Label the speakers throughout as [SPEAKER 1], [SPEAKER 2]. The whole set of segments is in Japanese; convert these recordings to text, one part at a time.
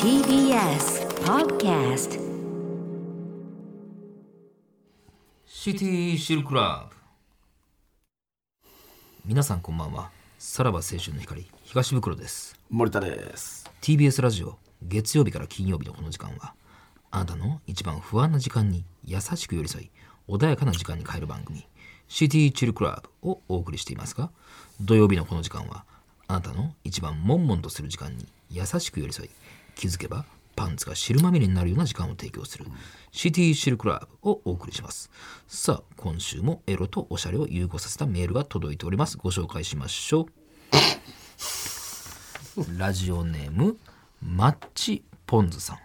[SPEAKER 1] TBS Podcast
[SPEAKER 2] シティシルクラブ皆さんこんばんはさらば青春の光東袋です
[SPEAKER 3] 森田です。
[SPEAKER 2] TBS ラジオ月曜日から金曜日のこの時間はあなたの一番不安な時間に優しく寄り添い穏やかな時間に変える番組「シティ・チル・クラブ」をお送りしていますが土曜日のこの時間はあなたの一番悶々とする時間に優しく寄り添い気づけばパンツが汁まみれになるような時間を提供する「シティ・シル・クラブ」をお送りしますさあ今週もエロとおしゃれを融合させたメールが届いておりますご紹介しましょうラジオネームマッチポンズさん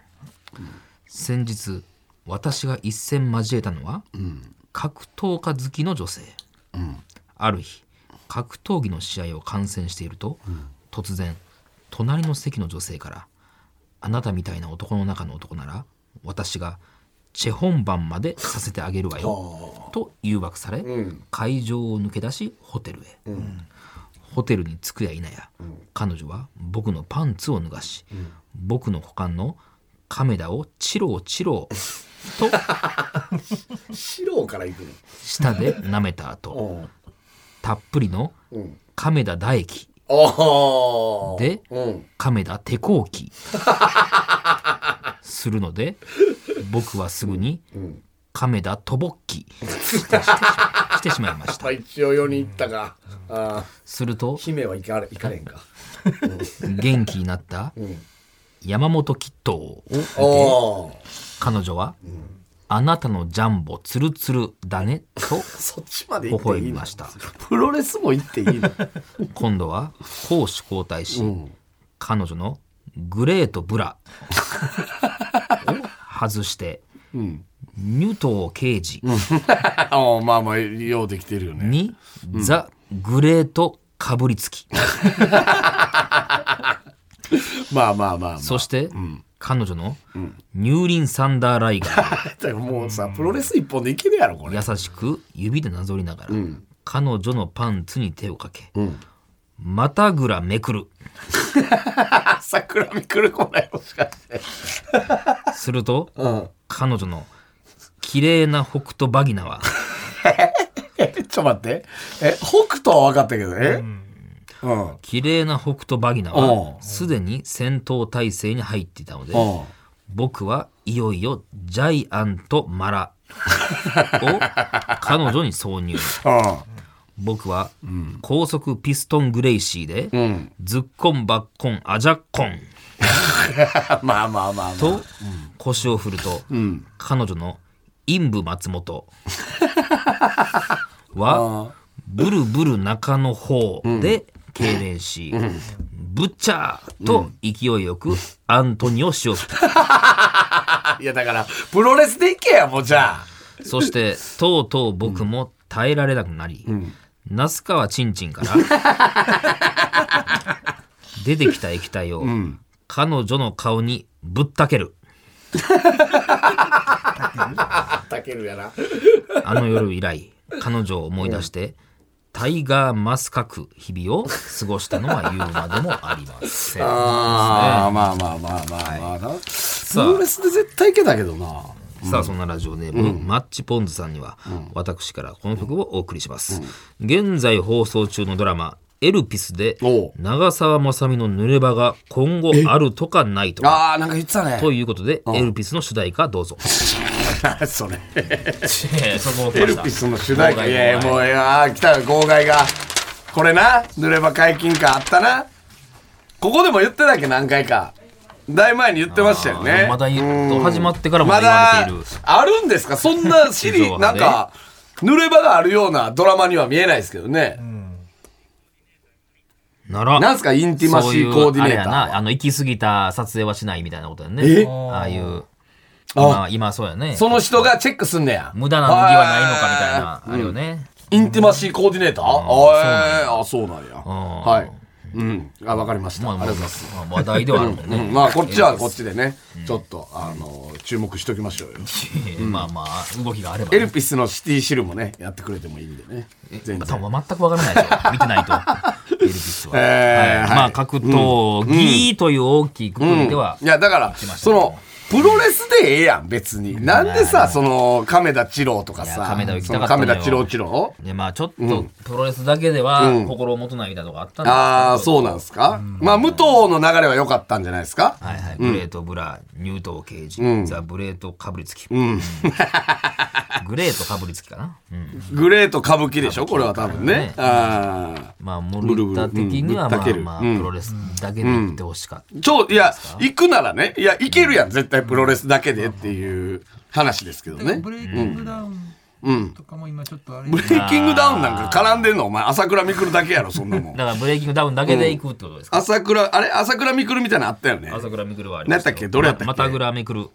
[SPEAKER 2] 先日私が一戦交えたのは、格闘家好きの女性、ある日格闘技の試合を観戦していると、突然隣の席の女性から「あなたみたいな男の中の男なら私がチェ本番までさせてあげるわよ」と誘惑され、会場を抜け出しホテルへ。ホテルに着くや否や、彼女は僕のパンツを脱がし、僕の股間のカメラをチローチローと
[SPEAKER 3] 四郎から行くの。
[SPEAKER 2] 舌で舐めた後、
[SPEAKER 3] うん。
[SPEAKER 2] たっぷりの亀田唾液
[SPEAKER 3] ああ。
[SPEAKER 2] で
[SPEAKER 3] うん。
[SPEAKER 2] 亀田手工機するので、僕はすぐに亀田とぼっきしてしまいました。
[SPEAKER 3] まあ一応4人行ったか。ああ。
[SPEAKER 2] すると
[SPEAKER 3] 姫は行かれ行かれんか。
[SPEAKER 2] 元気になった山本キットを見
[SPEAKER 3] あ
[SPEAKER 2] て
[SPEAKER 3] あ。
[SPEAKER 2] 彼女は、あなたのジャンボツルツルだね」と
[SPEAKER 3] そっちまで行
[SPEAKER 2] 微
[SPEAKER 3] って
[SPEAKER 2] 笑
[SPEAKER 3] いい
[SPEAKER 2] み
[SPEAKER 3] の
[SPEAKER 2] ました
[SPEAKER 3] プロレスも行っていいの。
[SPEAKER 2] 今度は攻守交代し、彼女のグレートブラを外して、ニュトー刑事
[SPEAKER 3] ああまあまあようできてるよね。
[SPEAKER 2] に、ザ・グレートかぶりつき、
[SPEAKER 3] まあまあまあ、まあ。
[SPEAKER 2] そして、彼女の乳輪サンダーライガー
[SPEAKER 3] だからもうさプロレス一本でいけるやろこれ。
[SPEAKER 2] 優しく指でなぞりながら、彼女のパンツに手をかけ、またぐらめくる
[SPEAKER 3] あ桜見くるこないもしかして。
[SPEAKER 2] すると、
[SPEAKER 3] うん。
[SPEAKER 2] 彼女の綺麗な北斗バギナは
[SPEAKER 3] えちょっと待って。え北斗は分かったけどえ。うん。
[SPEAKER 2] 綺麗な北斗バギナ
[SPEAKER 3] おう
[SPEAKER 2] はすでに戦闘態勢に入っていたので
[SPEAKER 3] おう
[SPEAKER 2] 僕はいよいよジャイアントマ ラを彼女に挿入僕は高速ピストングレイシーで、
[SPEAKER 3] うん。
[SPEAKER 2] ズッコンバッコンアジャッコン
[SPEAKER 3] まあまあまあまあ。
[SPEAKER 2] と腰を振ると、彼女の陰部松本はブルブル中の方で痙攣し、ブッチャーと勢いよくアントニオ塩吹き
[SPEAKER 3] いやだからプロレスでいけやもうじゃあ。
[SPEAKER 2] そしてとうとう僕も耐えられなくなり、那須川ちんちんから出てきた液体を彼女の顔にぶったける。
[SPEAKER 3] たけるやな。
[SPEAKER 2] あの夜以来、彼女を思い出して、タイガーマスカク日々を過ごしたのは言うまでもありません。
[SPEAKER 3] ああ、まあまあまあまあまあな。プロレスで絶対いけたけどな。
[SPEAKER 2] さあそんなラジオネーム、マッチポンズさんには、私からこの曲をお送りします、現在放送中のドラマ「エルピス」で
[SPEAKER 3] おう
[SPEAKER 2] 長澤まさみの濡れ場が今後あるとかないとか
[SPEAKER 3] ああ、なんか言ってたね。
[SPEAKER 2] ということで、エルピスの主題歌 どうぞ
[SPEAKER 3] それ。
[SPEAKER 2] そこを
[SPEAKER 3] エルピスの主題歌。
[SPEAKER 2] 号外
[SPEAKER 3] いやいや、
[SPEAKER 2] 号外
[SPEAKER 3] もう、いやー、来たよ、号外が。これな、濡れば解禁感あったな。ここでも言ってたっけ、何回か。だいぶ前に言ってましたよね。
[SPEAKER 2] まだ言うと始まってからも
[SPEAKER 3] ま
[SPEAKER 2] 言われ
[SPEAKER 3] だ
[SPEAKER 2] ている、
[SPEAKER 3] あるんですかそんなシ
[SPEAKER 2] 地上
[SPEAKER 3] リ、
[SPEAKER 2] 波
[SPEAKER 3] なん
[SPEAKER 2] で
[SPEAKER 3] か、濡れ場があるようなドラマには見えないですけどね。
[SPEAKER 2] なら
[SPEAKER 3] なんすかインティマシーコーデ
[SPEAKER 2] そう
[SPEAKER 3] ィネータ
[SPEAKER 2] いうあれや
[SPEAKER 3] ー
[SPEAKER 2] なあの行き過ぎた撮影はしないみたいなことだよね
[SPEAKER 3] え
[SPEAKER 2] ああいう
[SPEAKER 3] あ
[SPEAKER 2] 今今そうやね
[SPEAKER 3] その人がチェックすんねや。
[SPEAKER 2] 無駄な脱ぎはないのかみたいなあれよね、
[SPEAKER 3] インティマシーコーディネーター、あーえーあそうなんや。
[SPEAKER 2] ん
[SPEAKER 3] はい。うん、あ分かりました、
[SPEAKER 2] まあ
[SPEAKER 3] あ
[SPEAKER 2] まあ
[SPEAKER 3] りがとうございます、
[SPEAKER 2] まあ話題ではあるもんね、
[SPEAKER 3] うん、まあこっちはこっちでね、ちょっとあの注目しときましょうよ
[SPEAKER 2] いやまあまあ動きがあれば
[SPEAKER 3] エ
[SPEAKER 2] ね、
[SPEAKER 3] ルピスのシティシルもねやってくれてもいいんでね全
[SPEAKER 2] 多
[SPEAKER 3] 然
[SPEAKER 2] 分全くわからないですよ見てないとエルピスは、
[SPEAKER 3] えー
[SPEAKER 2] はい
[SPEAKER 3] はい
[SPEAKER 2] まあ格闘技という大きいくくりでは、
[SPEAKER 3] いやだから
[SPEAKER 2] ました
[SPEAKER 3] そのプロレスでええやん別になんでさその亀田二郎とか
[SPEAKER 2] い
[SPEAKER 3] さ
[SPEAKER 2] や亀田行き
[SPEAKER 3] そ
[SPEAKER 2] たか
[SPEAKER 3] の
[SPEAKER 2] ったの
[SPEAKER 3] 亀
[SPEAKER 2] よ
[SPEAKER 3] 田二郎二郎
[SPEAKER 2] でまあちょっとプロレスだけでは心もとないみたいなとこあったんですけど、
[SPEAKER 3] ああそうなんですかまあ武藤の流れは良かったんじゃないですか
[SPEAKER 2] はいはい、グレート・ブラニュート・ケージ、ザ・ブレート・かぶりつき、うんグレート・かぶりつきかな、うん
[SPEAKER 3] グレート歌舞伎でしょこれは多分ね
[SPEAKER 2] ね
[SPEAKER 3] あ
[SPEAKER 2] まあ森田的には
[SPEAKER 3] ブル
[SPEAKER 2] ま
[SPEAKER 3] ブ
[SPEAKER 2] あ
[SPEAKER 3] ル
[SPEAKER 2] まあ
[SPEAKER 3] うんぶっ
[SPEAKER 2] プロレスだけで行ってほしかった、
[SPEAKER 3] ーちょいや行くならねいや行けるやん絶対プロレスだけでっていう話ですけどね
[SPEAKER 1] ブレイキングダウンとかも今ちょっとあれ、
[SPEAKER 3] ブレイキングダウンなんか絡んでんのお前朝倉未来だけやろそ んなもん
[SPEAKER 2] だからブレイキングダウンだけで行くってことですか、
[SPEAKER 3] 朝倉あれ朝倉未来みたいなのあったよね
[SPEAKER 2] 朝倉未来はあり
[SPEAKER 3] 何
[SPEAKER 2] ま
[SPEAKER 3] やっ
[SPEAKER 2] したた
[SPEAKER 3] っ
[SPEAKER 2] よ
[SPEAKER 3] けどれやったっけ
[SPEAKER 2] またぐらめくる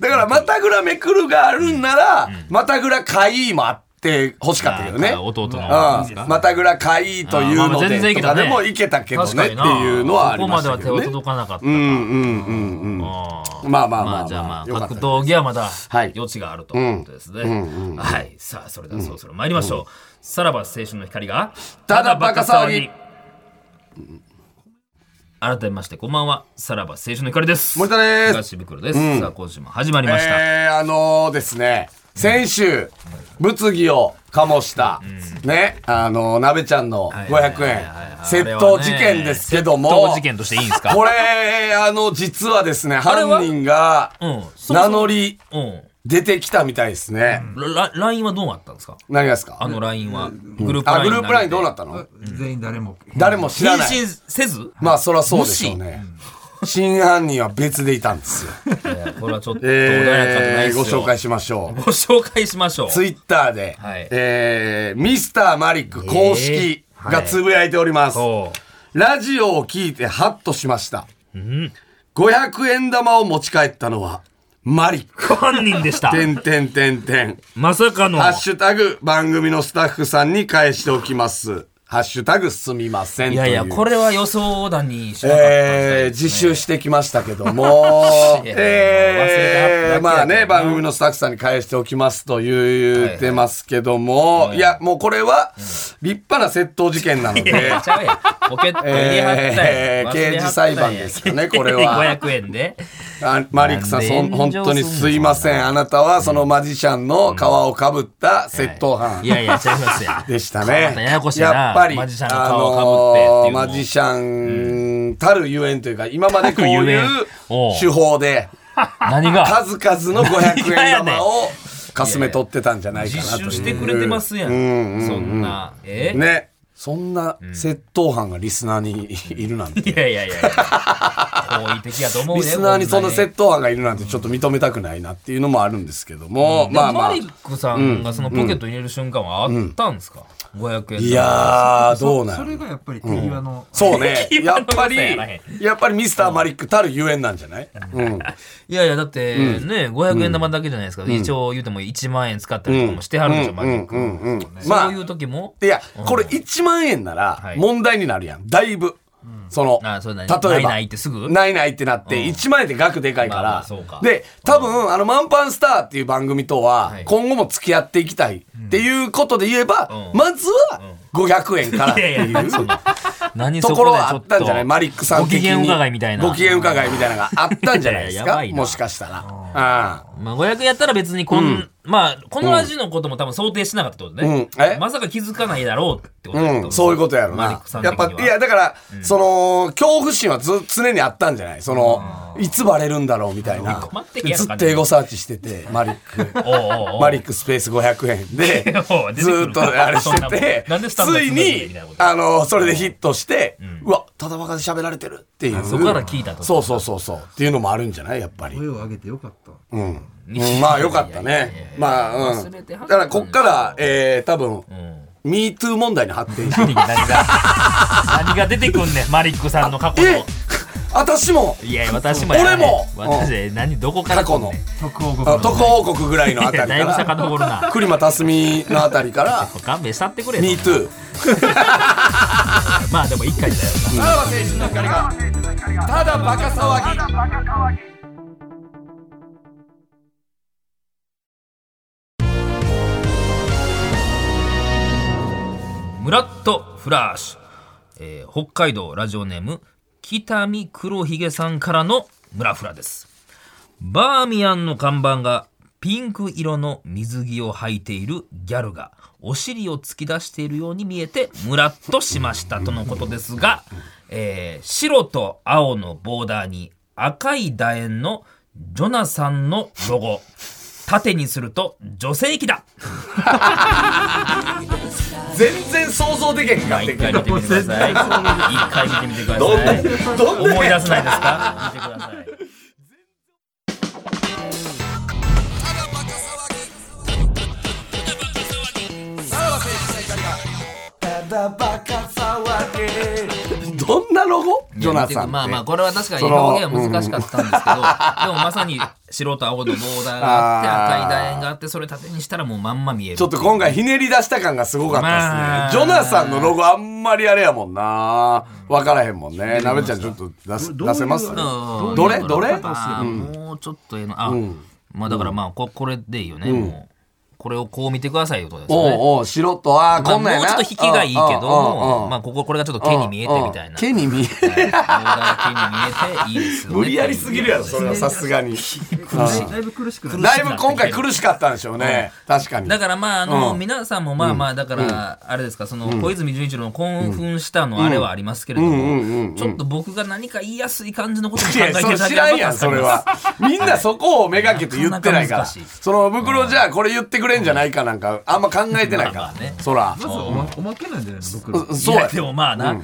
[SPEAKER 3] だから、またぐらめくるがあるんなら、またぐらかいいもあって欲しかったけどね。うん
[SPEAKER 2] 弟の、
[SPEAKER 3] またぐらかいいとい
[SPEAKER 2] あ
[SPEAKER 3] う
[SPEAKER 2] ーまあ
[SPEAKER 3] の
[SPEAKER 2] 全然
[SPEAKER 3] で
[SPEAKER 2] いけ
[SPEAKER 3] と
[SPEAKER 2] た
[SPEAKER 3] か
[SPEAKER 2] ね
[SPEAKER 3] でもいけたけど
[SPEAKER 2] 確
[SPEAKER 3] ね
[SPEAKER 2] か
[SPEAKER 3] って
[SPEAKER 2] にな
[SPEAKER 3] いうのはあり
[SPEAKER 2] ここ
[SPEAKER 3] ま
[SPEAKER 2] ま
[SPEAKER 3] し
[SPEAKER 2] で
[SPEAKER 3] た
[SPEAKER 2] は
[SPEAKER 3] け
[SPEAKER 2] 手は
[SPEAKER 3] どね。
[SPEAKER 2] 届かなかった、
[SPEAKER 3] うんうんうんうん。
[SPEAKER 2] あー
[SPEAKER 3] まあまあまあまあ
[SPEAKER 2] じゃあまあ
[SPEAKER 3] よかった
[SPEAKER 2] 格闘技はまだ
[SPEAKER 3] はい
[SPEAKER 2] 余地があるということですね、はいさあそれではそろそろ参りましょう、さらば青春の光が
[SPEAKER 3] ただバカ騒ぎ
[SPEAKER 2] 改めましてこんばんはさらば青春の光です
[SPEAKER 3] 森田です
[SPEAKER 2] 東袋です、さあ今週も始まりました、
[SPEAKER 3] えー、あのーですね、先週、物議を醸した、ね、あのー、鍋ちゃんの500円、窃盗事件ですけども、
[SPEAKER 2] 窃盗事件としていいんですか
[SPEAKER 3] これ、あの、実はですね、
[SPEAKER 2] れは
[SPEAKER 3] 犯人が
[SPEAKER 2] うんそもそも
[SPEAKER 3] 名乗り
[SPEAKER 2] うん
[SPEAKER 3] 出てきたみたいですね。
[SPEAKER 2] ラ LINE はどうなったんですか
[SPEAKER 3] 何がですか
[SPEAKER 2] あの LINE はグループ
[SPEAKER 3] あ
[SPEAKER 2] LINE
[SPEAKER 3] グループラインどうなったの
[SPEAKER 1] 全員誰も
[SPEAKER 3] 誰も知ら
[SPEAKER 2] 返
[SPEAKER 3] ない。
[SPEAKER 2] 信せず
[SPEAKER 3] まあ、そらそうでしょうね。真犯人は別でいたんですよ。
[SPEAKER 2] いやこれはちょっと穏やかじゃないで
[SPEAKER 3] えー、
[SPEAKER 2] す
[SPEAKER 3] ご
[SPEAKER 2] よ
[SPEAKER 3] 紹介しましょう。
[SPEAKER 2] ご紹介しましょう
[SPEAKER 3] ツイッターで、
[SPEAKER 2] はい
[SPEAKER 3] えーミスターマリック公式
[SPEAKER 2] えー
[SPEAKER 3] がつぶやいております。
[SPEAKER 2] そ
[SPEAKER 3] ラジオを聞いてハッとしました。500円玉を持ち帰ったのは、マリック。
[SPEAKER 2] う犯人でした
[SPEAKER 3] てんてんてんてん。
[SPEAKER 2] まさかの
[SPEAKER 3] ハッシュタグ、番組のスタッフさんに返しておきます。ハッシュタグ、すみません。
[SPEAKER 2] いやいや、こ
[SPEAKER 3] れ。
[SPEAKER 2] れは予想だにしなかったん
[SPEAKER 3] えー、
[SPEAKER 2] ですね
[SPEAKER 3] 自習してきましたけども
[SPEAKER 2] 、いやいや忘れ
[SPEAKER 3] え
[SPEAKER 2] ただけやけどな
[SPEAKER 3] ー、まあね、番組のスタッフさんに返しておきますと言ってますけども、いや、もうこれは、立派な窃盗事件なので、
[SPEAKER 2] いやちゃうやんポケットに入れはったやん
[SPEAKER 3] えー
[SPEAKER 2] 忘れはったやん
[SPEAKER 3] 刑事裁判ですかねこ れは
[SPEAKER 2] 500円で。
[SPEAKER 3] あマリックさん、そん
[SPEAKER 2] なん
[SPEAKER 3] 本
[SPEAKER 2] で
[SPEAKER 3] 当にすいません。あなたは、そのマジシャンの皮をかぶった窃盗犯
[SPEAKER 2] い。やいや、ちゃいますやん。
[SPEAKER 3] でした
[SPEAKER 2] これまた
[SPEAKER 3] ね。
[SPEAKER 2] ややこしいな
[SPEAKER 3] やっぱり、
[SPEAKER 2] マジシャンの顔を被ってっていうのも
[SPEAKER 3] マジシャンたるゆえんというか、今までこう
[SPEAKER 2] たるゆ
[SPEAKER 3] い
[SPEAKER 2] えん
[SPEAKER 3] う
[SPEAKER 2] おう
[SPEAKER 3] 手法で、
[SPEAKER 2] 何が
[SPEAKER 3] 数々の500円玉をかすめ取ってたんじゃないか
[SPEAKER 2] 実
[SPEAKER 3] なという。
[SPEAKER 2] 習してくれてますやん。そんな。え
[SPEAKER 3] ね。そんな窃盗犯がリスナーにいるなんて。
[SPEAKER 2] いやいやい やいや。好意的やと思う
[SPEAKER 3] リ
[SPEAKER 2] ね。
[SPEAKER 3] スナーにそんな
[SPEAKER 2] セッ
[SPEAKER 3] 窃盗犯がいるなんてちょっと認めたくないなっていうのもあるんですけども、
[SPEAKER 2] ま
[SPEAKER 3] ま
[SPEAKER 2] あ
[SPEAKER 3] あまあ
[SPEAKER 2] マリ。ックさんがそのポケットに入れる瞬間はあったんですか ?500 円。
[SPEAKER 3] いやー、どうな
[SPEAKER 1] それ
[SPEAKER 3] る
[SPEAKER 1] がやっぱり手際の、
[SPEAKER 3] そ うね。やっぱり
[SPEAKER 2] 今のことやらへ、
[SPEAKER 3] やっぱりミスターマリックたるゆえんなんじゃないうん。
[SPEAKER 2] いやいや、だってね、500円玉だけじゃないですか。一応言うても1万円使ったりとかもしてはるんでしょ、マリック。
[SPEAKER 3] ま
[SPEAKER 2] そ
[SPEAKER 3] あ
[SPEAKER 2] うい、う時も
[SPEAKER 3] いや、これ1万円なら
[SPEAKER 2] い
[SPEAKER 3] 問題になるやん。だいぶ。その、
[SPEAKER 2] あそうだね
[SPEAKER 3] 例え
[SPEAKER 2] ない
[SPEAKER 3] ば。
[SPEAKER 2] ないってすぐ
[SPEAKER 3] ないないってなって、1万円って額でかいか
[SPEAKER 2] まあまあ
[SPEAKER 3] ら
[SPEAKER 2] そうか。
[SPEAKER 3] で、多分、あの、マンパンスターっていう番組とは、今後も付き合っていきたいっていうことで言えば、
[SPEAKER 2] うん
[SPEAKER 3] まずは500円か らっ
[SPEAKER 2] い
[SPEAKER 3] て
[SPEAKER 2] や
[SPEAKER 3] いう
[SPEAKER 2] いや、その、何そ
[SPEAKER 3] と
[SPEAKER 2] で
[SPEAKER 3] ころは
[SPEAKER 2] ち
[SPEAKER 3] あ
[SPEAKER 2] ょ
[SPEAKER 3] ったんじゃない
[SPEAKER 2] と
[SPEAKER 3] マリックさん
[SPEAKER 2] ご
[SPEAKER 3] 的に。
[SPEAKER 2] 機嫌伺いみたいな。
[SPEAKER 3] ご機嫌伺いみたいなのがあったんじゃないです
[SPEAKER 2] いややば
[SPEAKER 3] か
[SPEAKER 2] いな
[SPEAKER 3] もしかしたら。うん。
[SPEAKER 2] まあ、500やったら別にこん、まあ、このラジオのことも多分想定してなかったってことね。
[SPEAKER 3] うんえ
[SPEAKER 2] まさか気づかないだろうってことだと
[SPEAKER 3] うん、そういうことやろ
[SPEAKER 2] マリッ
[SPEAKER 3] な
[SPEAKER 2] クさ。ん
[SPEAKER 3] や
[SPEAKER 2] 的
[SPEAKER 3] っ
[SPEAKER 2] には
[SPEAKER 3] ぱ、いや、だから、その、恐怖心はず常にあったんじゃないその、いつバレるんだろうみたいな
[SPEAKER 2] 困っ。てけ
[SPEAKER 3] で
[SPEAKER 2] やろ
[SPEAKER 3] ずっとエゴサーチしてて、マリック。
[SPEAKER 2] おうおうおう
[SPEAKER 3] マリックスペース500円で
[SPEAKER 2] おう、出てく
[SPEAKER 3] ず
[SPEAKER 2] る
[SPEAKER 3] ーっとあれし
[SPEAKER 2] そん
[SPEAKER 3] てて
[SPEAKER 2] なもんなんで、スタンド
[SPEAKER 3] つ
[SPEAKER 2] で
[SPEAKER 3] い
[SPEAKER 2] つぶやいてるみ
[SPEAKER 3] に
[SPEAKER 2] たいなこ、と
[SPEAKER 3] あの、それでヒットして、うわ、ただバカで喋られてるっていう。
[SPEAKER 2] そこから聞いたと
[SPEAKER 3] そうそうそうそう。っていうのもあるんじゃないやっぱり。
[SPEAKER 1] 声を上げてよかった
[SPEAKER 3] うん うんまあよかったね。まあ、うん。だからこっから、えー、多分、MeToo 問題に発展して。
[SPEAKER 2] 何が何が出てくんねんマリックさんの過去
[SPEAKER 3] え
[SPEAKER 2] の
[SPEAKER 3] 私も
[SPEAKER 2] いや私もやら
[SPEAKER 3] 俺も
[SPEAKER 2] ない
[SPEAKER 3] うん
[SPEAKER 2] 私何どこから
[SPEAKER 3] 過去の
[SPEAKER 2] 来んねん
[SPEAKER 1] 特王国
[SPEAKER 3] あ渡航王国ぐらいのあ
[SPEAKER 2] い
[SPEAKER 3] た
[SPEAKER 2] や
[SPEAKER 3] り
[SPEAKER 2] だいぶ
[SPEAKER 3] から
[SPEAKER 2] 遡るな
[SPEAKER 3] 栗間すみのあたりから
[SPEAKER 2] 勘弁したってくれ
[SPEAKER 3] MeToo
[SPEAKER 2] まあでも一回だよ
[SPEAKER 3] さらば青春の光がただバカ騒ぎ
[SPEAKER 2] ムラッとフラッシュ、えー北海道ラジオネーム北見黒ひげさんからのムラフラですバーミヤンの看板がピンク色の水着を履いているギャルがお尻を突き出しているように見えてムラッとしましたとのことですが、えー白と青のボーダーに赤い楕円のジョナサンのロゴ縦にすると女性器だ
[SPEAKER 3] 全然想像できへんかって
[SPEAKER 2] 一
[SPEAKER 3] んけ
[SPEAKER 2] 回
[SPEAKER 3] ど
[SPEAKER 2] 見てみてください。一回見てみてください。
[SPEAKER 3] どんな
[SPEAKER 2] 思い出せないですか。見てください。
[SPEAKER 3] どんなロゴ ジョナサンって
[SPEAKER 2] まあまあこれは確かに
[SPEAKER 3] その
[SPEAKER 2] 表現は難しかったんですけど、でもまさに白と青のボーダーがあって
[SPEAKER 3] あー
[SPEAKER 2] 赤い楕円があってそれ縦にしたらもうまんま見える。
[SPEAKER 3] ちょっと今回ひねり出した感がすごかった
[SPEAKER 2] ま
[SPEAKER 3] で
[SPEAKER 2] あ
[SPEAKER 3] すね。ジョナサンのロゴあんまりあれやもんな。わからへんもんね。なべちゃんちょっと出す
[SPEAKER 1] ど
[SPEAKER 3] 出せます
[SPEAKER 1] どういう
[SPEAKER 2] うん
[SPEAKER 3] どれどれ
[SPEAKER 2] あーもうちょっとええのあ、まあだからまあここれでいいよね。もうこれをこう見てくださいよとですよね。
[SPEAKER 3] おうおう、白と、ああ、
[SPEAKER 2] まあ
[SPEAKER 3] こん
[SPEAKER 2] もう
[SPEAKER 3] なん
[SPEAKER 2] ち
[SPEAKER 3] やな。
[SPEAKER 2] ょっと引きがいいけども、ま
[SPEAKER 3] あ、
[SPEAKER 2] あこここれがちょっと毛に見えてみたい
[SPEAKER 3] うんうん
[SPEAKER 2] な。
[SPEAKER 3] 毛に見え
[SPEAKER 2] はい顔が毛に見えていいですよね。
[SPEAKER 3] 無理やりすぎるやろ、それはさすが に。
[SPEAKER 1] だいだいぶ苦しくなる
[SPEAKER 3] だいぶ今回苦しかったんでしょうね。確かに。
[SPEAKER 2] だからまああの、
[SPEAKER 3] うん
[SPEAKER 2] 皆さんもまあまあだから、あれですかその、小泉純一郎の興奮したのあれはありますけれども、
[SPEAKER 3] うんうんうんうん
[SPEAKER 2] ちょっと僕が何か言いやすい感じのことを考
[SPEAKER 3] い
[SPEAKER 2] え
[SPEAKER 3] や、
[SPEAKER 2] て
[SPEAKER 3] それ
[SPEAKER 2] るだ
[SPEAKER 3] 知
[SPEAKER 2] けあ
[SPEAKER 3] らん
[SPEAKER 2] り
[SPEAKER 3] や
[SPEAKER 2] ま
[SPEAKER 3] ん、
[SPEAKER 2] す
[SPEAKER 3] それは。みんなそこをめがけて言ってない
[SPEAKER 2] なかなか
[SPEAKER 3] から。
[SPEAKER 2] 難しい
[SPEAKER 3] その、ブクロじゃあこれ言ってくれんじゃないかなんか、あんま考えてない
[SPEAKER 2] ま
[SPEAKER 3] か
[SPEAKER 2] あまあね
[SPEAKER 3] ら。そら。
[SPEAKER 1] まずおまおまけなんじゃないの僕ら
[SPEAKER 3] そう
[SPEAKER 2] い
[SPEAKER 3] や
[SPEAKER 2] やでもまあな、うん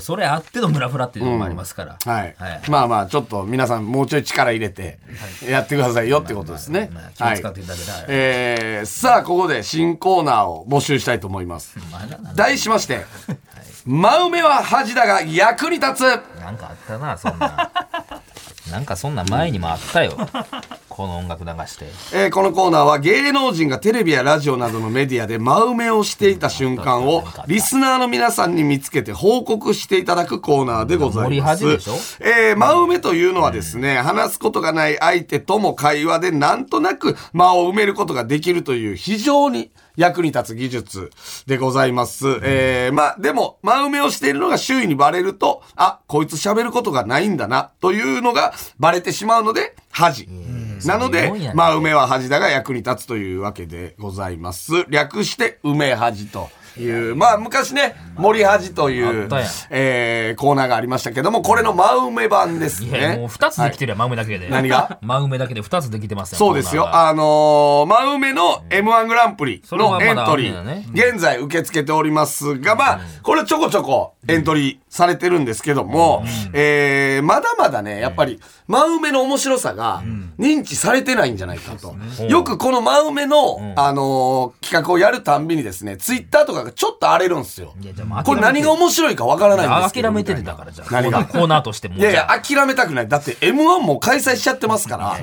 [SPEAKER 2] それあってのムラフラっていうのもありますから、
[SPEAKER 3] はい、
[SPEAKER 2] はい
[SPEAKER 3] まあまあちょっと皆さんもうちょい力入れてやってくださいよってことですね
[SPEAKER 2] まあ、。気
[SPEAKER 3] は
[SPEAKER 2] を
[SPEAKER 3] い
[SPEAKER 2] 使っていただけたら、
[SPEAKER 3] えーさあここで新コーナーを募集したいと思います。
[SPEAKER 2] まあなな
[SPEAKER 3] 題し まして真梅は恥だが役に立つ
[SPEAKER 2] なんかあったなそんな なんかそんな前にもあったよこの音楽流して
[SPEAKER 3] えーこのコーナーは芸能人がテレビやラジオなどのメディアで真埋めをしていた瞬間をリスナーの皆さんに見つけて報告していただくコーナーでございます
[SPEAKER 2] 盛り始めでし。
[SPEAKER 3] えー、真埋めというのはですね、話すことがない相手とも会話でなんとなく間を埋めることができるという非常に役に立つ技術でございます。えー、まあ、でも、真埋めをしているのが周囲にバレると、あ、こいつ喋ることがないんだな、というのがバレてしまうので、恥。なので
[SPEAKER 2] そういうもんや、ね
[SPEAKER 3] まあ、梅は恥だが役に立つというわけでございます。略して、梅恥という、まあ、昔ね、森恥とい
[SPEAKER 2] あっ
[SPEAKER 3] う
[SPEAKER 2] たやん、
[SPEAKER 3] えーコーナーがありましたけども、これの真梅版です
[SPEAKER 2] いや、もう
[SPEAKER 3] ね。
[SPEAKER 2] 2つできてるやん、真梅だけで
[SPEAKER 3] 何が
[SPEAKER 2] 真梅だけで2つできてますやん
[SPEAKER 3] そうです
[SPEAKER 2] コー
[SPEAKER 3] よ。
[SPEAKER 2] ナーが
[SPEAKER 3] あのー、真梅の M1 グランプリ
[SPEAKER 2] それはま
[SPEAKER 3] の
[SPEAKER 2] だ
[SPEAKER 3] エントリ
[SPEAKER 2] あるんだね
[SPEAKER 3] ー、現在受け付けておりますが、まあ、これちょこちょこエントリーされてるんですけども、えー、まだまだね、やっぱり、真梅の面白さが認知されてないんじゃないかと。よくこの真梅の、あのー、企画をやるたんびにですね、ツイッターとかがちょっと荒れるんですよ
[SPEAKER 2] いやじゃあもう。
[SPEAKER 3] これ何が面白いかわからないんですけど。
[SPEAKER 2] 諦めて
[SPEAKER 3] み
[SPEAKER 2] て
[SPEAKER 3] たい
[SPEAKER 2] だ
[SPEAKER 3] な
[SPEAKER 2] からじゃあコ
[SPEAKER 3] 何
[SPEAKER 2] ー
[SPEAKER 3] が
[SPEAKER 2] ナーコーナーとしても
[SPEAKER 3] いやいや、諦めたくない。だって、M1 も開催しちゃってますから、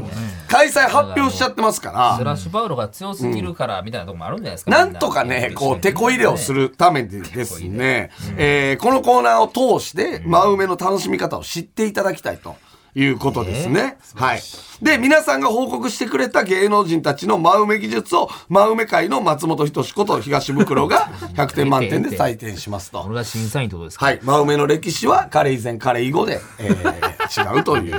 [SPEAKER 3] 開催発表しちゃってますか
[SPEAKER 2] ス
[SPEAKER 3] ら、
[SPEAKER 2] ラッシュパウロが強すぎるからみたいなとこもあるんじゃないですか、
[SPEAKER 3] なんとかね、こう、手こ入れをするためにですね、えーこのコーナーを通して、真梅の楽しみ方を知っていただきたいと。いうことですね。はい。で、皆さんが報告してくれた芸能人たちの真梅技術を、真梅界の松本人志こと東袋 が100点満点で採点しますと
[SPEAKER 2] 俺。が審査員ってことですか、
[SPEAKER 3] はい。真梅の歴史は、彼以前、彼以後で、えー違うという、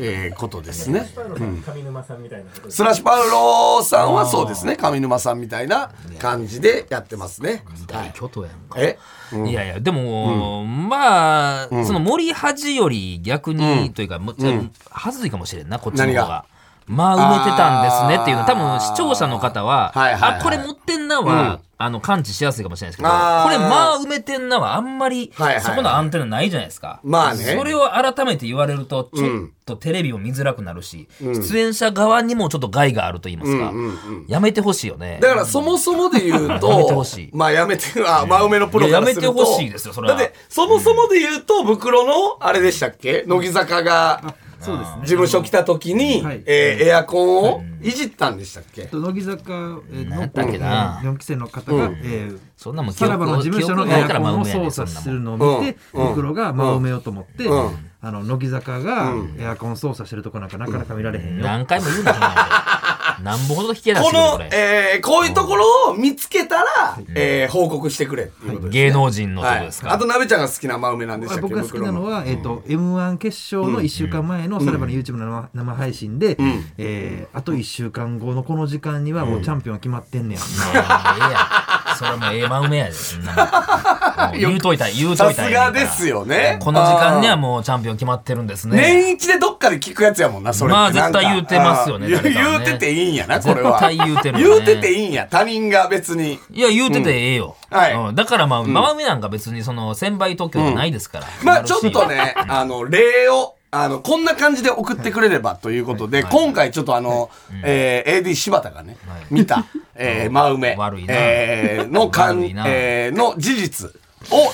[SPEAKER 3] えーことですね。
[SPEAKER 4] 上沼さんみたいなことです
[SPEAKER 3] スラッシュパウロさんはそうですね。上沼さんみたいな感じでやってますね。はい。
[SPEAKER 2] 京都やんか
[SPEAKER 3] え
[SPEAKER 2] いやいやでも、まあ、その森恥より逆に、というかもうちょっと恥ずいかもしれんなこっちの方
[SPEAKER 3] 何
[SPEAKER 2] が
[SPEAKER 3] が
[SPEAKER 2] まあ埋めてたんですねっていうの多分視聴者の方は「
[SPEAKER 3] はいはいはい
[SPEAKER 2] あこれ持ってんなは」あの感知しやすいかもしれないですけどこ
[SPEAKER 3] あー
[SPEAKER 2] れ「まあ埋めてんな」はあんまり
[SPEAKER 3] はいはいはい
[SPEAKER 2] そこのアンテナないじゃないですか。
[SPEAKER 3] まあね
[SPEAKER 2] それを改めて言われるとちょっとテレビも見づらくなるし、出演者側にもちょっと害があると言いますか、やめてほしいよね。
[SPEAKER 3] だからそもそもで言うと、
[SPEAKER 2] やめてほしい
[SPEAKER 3] まあやめて、あ、真埋めのプロからすると。
[SPEAKER 2] いややめてほしいですよそれは
[SPEAKER 3] だって、そもそもで言うと、袋の、あれでしたっけ乃木坂が、
[SPEAKER 1] そうですね
[SPEAKER 3] 事務所来た時に
[SPEAKER 1] はい、
[SPEAKER 3] えーエアコンをいじったんでしたっけ
[SPEAKER 1] 乃木坂えー
[SPEAKER 2] やったっけな
[SPEAKER 1] の4期生の方が、えー
[SPEAKER 2] そんなもん記
[SPEAKER 1] さら
[SPEAKER 2] 憶
[SPEAKER 1] ばの事務所の
[SPEAKER 2] 記憶
[SPEAKER 1] エ
[SPEAKER 2] ない
[SPEAKER 1] ア
[SPEAKER 2] から
[SPEAKER 1] コ
[SPEAKER 2] 真
[SPEAKER 1] ン
[SPEAKER 2] 埋
[SPEAKER 1] を
[SPEAKER 2] めやね
[SPEAKER 1] 操
[SPEAKER 2] そん
[SPEAKER 1] 作
[SPEAKER 2] な
[SPEAKER 1] す
[SPEAKER 2] もん
[SPEAKER 1] るのを見て、
[SPEAKER 3] うんうん
[SPEAKER 1] 袋が真埋めようと思って、
[SPEAKER 3] うん
[SPEAKER 1] あの乃木坂がエアコン操作してるとこなんかなかなか見られへんよ。
[SPEAKER 2] 何回も言うな、そんなもん 俺何本ほど引き出して
[SPEAKER 3] こ
[SPEAKER 2] くる
[SPEAKER 3] の
[SPEAKER 2] こ、れ
[SPEAKER 3] えーこういうところを見つけたら、えー報告してくれっていうことです。
[SPEAKER 2] 芸能人のとこ
[SPEAKER 3] はい
[SPEAKER 2] です。か。
[SPEAKER 3] あと、なべちゃんが好きな真埋めなんでしたっけ
[SPEAKER 1] 僕が好きなの
[SPEAKER 3] 袋
[SPEAKER 1] は、えっ、と、M1 決勝の1週間前のさらばの YouTube の生生配信で、えーあと1週間後のこの時間にはもうチャンピオンは決まってんねや。
[SPEAKER 2] もうええやんそれもええまうめやでそんなもんもう言うといた言うと
[SPEAKER 3] さ
[SPEAKER 2] いたらええね
[SPEAKER 3] す
[SPEAKER 2] ん
[SPEAKER 3] が
[SPEAKER 2] から
[SPEAKER 3] ですよね。
[SPEAKER 2] この時間に
[SPEAKER 3] あー
[SPEAKER 2] はもうチャンピオン決まってるんですね
[SPEAKER 3] 年一でどっかで聞くやつやもんな、それって
[SPEAKER 2] まあ絶対言うてますよね
[SPEAKER 3] なんか
[SPEAKER 2] 誰か
[SPEAKER 3] あ
[SPEAKER 2] は
[SPEAKER 3] ー
[SPEAKER 2] ね
[SPEAKER 3] 言うてていいんやな、これ
[SPEAKER 2] 絶
[SPEAKER 3] は。
[SPEAKER 2] 対言うてる
[SPEAKER 3] 言
[SPEAKER 2] よ
[SPEAKER 3] う
[SPEAKER 2] ね
[SPEAKER 3] てていいんや、他人が別に。
[SPEAKER 2] いや言うててええよ、
[SPEAKER 3] うんはい
[SPEAKER 2] うんだからまあ真海なんか別にその先輩特許じゃないですから、
[SPEAKER 3] まあちょっ とね、あの、例を、あの、こんな感じで送ってくれればということで、今回ちょっとあの、えー AD 柴田がね、見た、 えー、真埋め、
[SPEAKER 2] 悪いな
[SPEAKER 3] えーの
[SPEAKER 2] 悪
[SPEAKER 3] 感
[SPEAKER 2] い、な
[SPEAKER 3] えーの事実を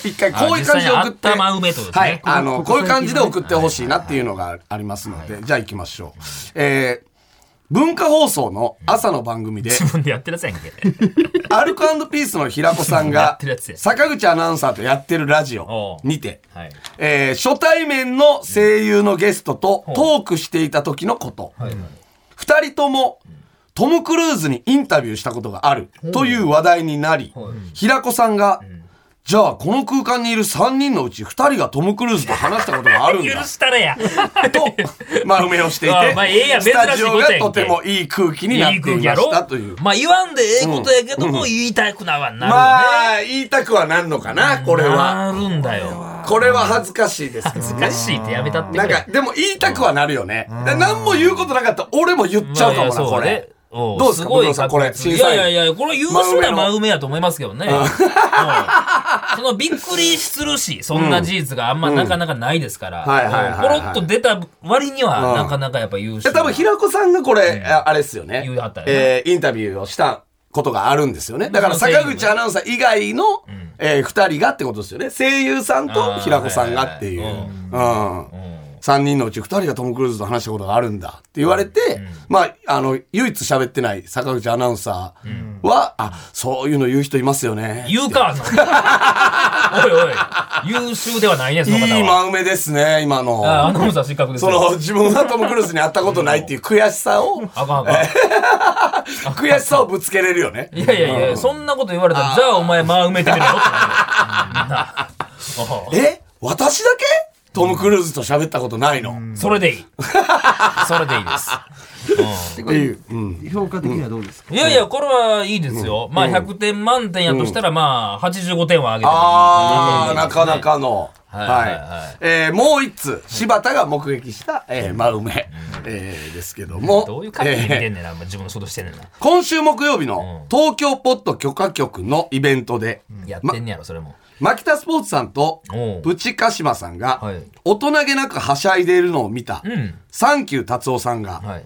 [SPEAKER 3] 一回こういう感じで送って、
[SPEAKER 2] あ実際にあった真埋めってことですね
[SPEAKER 3] はい、あの、
[SPEAKER 1] こ
[SPEAKER 3] こ
[SPEAKER 1] こ
[SPEAKER 3] ういう感じで送ってほしいなっていうのがありますので、じゃあ行きましょう。えー文化放送の朝の番組 で、
[SPEAKER 2] 自分でやってるやつやんけ
[SPEAKER 3] アルコピースの平子さん
[SPEAKER 2] や
[SPEAKER 3] が
[SPEAKER 2] ってるやつや
[SPEAKER 3] 坂口アナウンサーとやってるラジオ
[SPEAKER 2] おう
[SPEAKER 3] にて、
[SPEAKER 2] はい
[SPEAKER 3] えー初対面の声優のゲストとトークしていた時のこと、二人ともトム・クルーズにインタビューしたことがあるという話題になり、平子さんが、じゃあこの空間にいる3人のうち2人がトム・クルーズと話したこと があるん
[SPEAKER 2] 許
[SPEAKER 3] だ
[SPEAKER 2] した らや
[SPEAKER 3] と、まあ、埋めをしてい
[SPEAKER 2] あ
[SPEAKER 3] て、
[SPEAKER 2] あまあええやん
[SPEAKER 3] スタジオ
[SPEAKER 2] 珍しいことやんけ
[SPEAKER 3] がとてもいい空気になっ
[SPEAKER 2] いい
[SPEAKER 3] て
[SPEAKER 2] 空
[SPEAKER 3] いま
[SPEAKER 2] 気やろ
[SPEAKER 3] したという。
[SPEAKER 2] まあ言わんでええことやけども言いたくなはなるよね、
[SPEAKER 3] まあ、言いたくはなんのかな、これは。
[SPEAKER 2] なるんだよ
[SPEAKER 3] これは恥ずかしいですけど
[SPEAKER 2] 恥ず
[SPEAKER 3] ね
[SPEAKER 2] か。しいってやめたって
[SPEAKER 3] なん
[SPEAKER 2] くれ
[SPEAKER 3] か、でも言いたくはなるよね。だから何も言うことなかったら俺も言っちゃうかもな、これ。
[SPEAKER 2] ど
[SPEAKER 3] どうですか
[SPEAKER 2] ごい
[SPEAKER 3] 工藤さんこれ審
[SPEAKER 2] い
[SPEAKER 3] 査員
[SPEAKER 2] やいやいや、これ優秀な
[SPEAKER 3] 真
[SPEAKER 2] 真埋めやと思いますけどね。うん そのびっくりするし、そんな事実があんまなかなかないですから、
[SPEAKER 3] はいはいはいはい
[SPEAKER 2] ポロッと出た割には
[SPEAKER 3] うん
[SPEAKER 2] なかなかやっぱ優
[SPEAKER 3] え
[SPEAKER 2] 秀。
[SPEAKER 3] 多分、平子さんがこれ、ああれですよね
[SPEAKER 2] 言うはった。よね
[SPEAKER 3] えーインタビューをしたことがあるんですよね。だから、
[SPEAKER 2] その声優
[SPEAKER 3] 坂口アナウンサー以外の、えー二人がってことですよね。声優さんと平子さんがっていう。
[SPEAKER 2] あーはいは
[SPEAKER 3] うん。3人のうち2人がトム・クルーズと話したことがあるんだって言われて、まあ、あの、唯一喋ってない坂口アナウンサーは、あ、そういうの言う人いますよね。
[SPEAKER 2] 言うか、あの おいおい、優秀ではないね、そ
[SPEAKER 3] い
[SPEAKER 2] の
[SPEAKER 3] い
[SPEAKER 2] 方は。
[SPEAKER 3] 真埋めですね、今の。
[SPEAKER 2] あアナウンサー失格です
[SPEAKER 3] そ
[SPEAKER 2] よ。
[SPEAKER 3] の、自分はトム・クルーズに会ったことないっていう悔しさを、
[SPEAKER 2] あかんあかん。
[SPEAKER 3] 悔しさをぶつけれるよね。
[SPEAKER 2] いやいやいや、そんなこと言われたら、じゃあお前真埋めてみろってなるようんなおう
[SPEAKER 3] え私だけトム・クルーズと喋ったことないの。
[SPEAKER 2] それでいい。それでいいです。
[SPEAKER 1] でこれ評価的にはどうですか、
[SPEAKER 2] いやいや、これはいいですよ。まあ、100点満点やとしたら、まあ、85点は上げてもいい
[SPEAKER 3] あー、な
[SPEAKER 2] な
[SPEAKER 3] かなかの。は
[SPEAKER 2] はいいはいはい
[SPEAKER 3] えーもう一つ、柴田が目撃した、えー、真梅、えーですけども。
[SPEAKER 2] どういう感じで見て
[SPEAKER 3] えー
[SPEAKER 2] んねんな、自分の仕事してんねんな。
[SPEAKER 3] 今週木曜日の東京ポッド許可局のイベントで、
[SPEAKER 2] やってんねやろ、それも。
[SPEAKER 3] マキタスポーツさんと
[SPEAKER 2] おう
[SPEAKER 3] プチカシマさんが
[SPEAKER 2] はい
[SPEAKER 3] 大人げなくはしゃいでいるのを見た、
[SPEAKER 2] ん
[SPEAKER 3] サンキュー達夫さんが、
[SPEAKER 2] はい。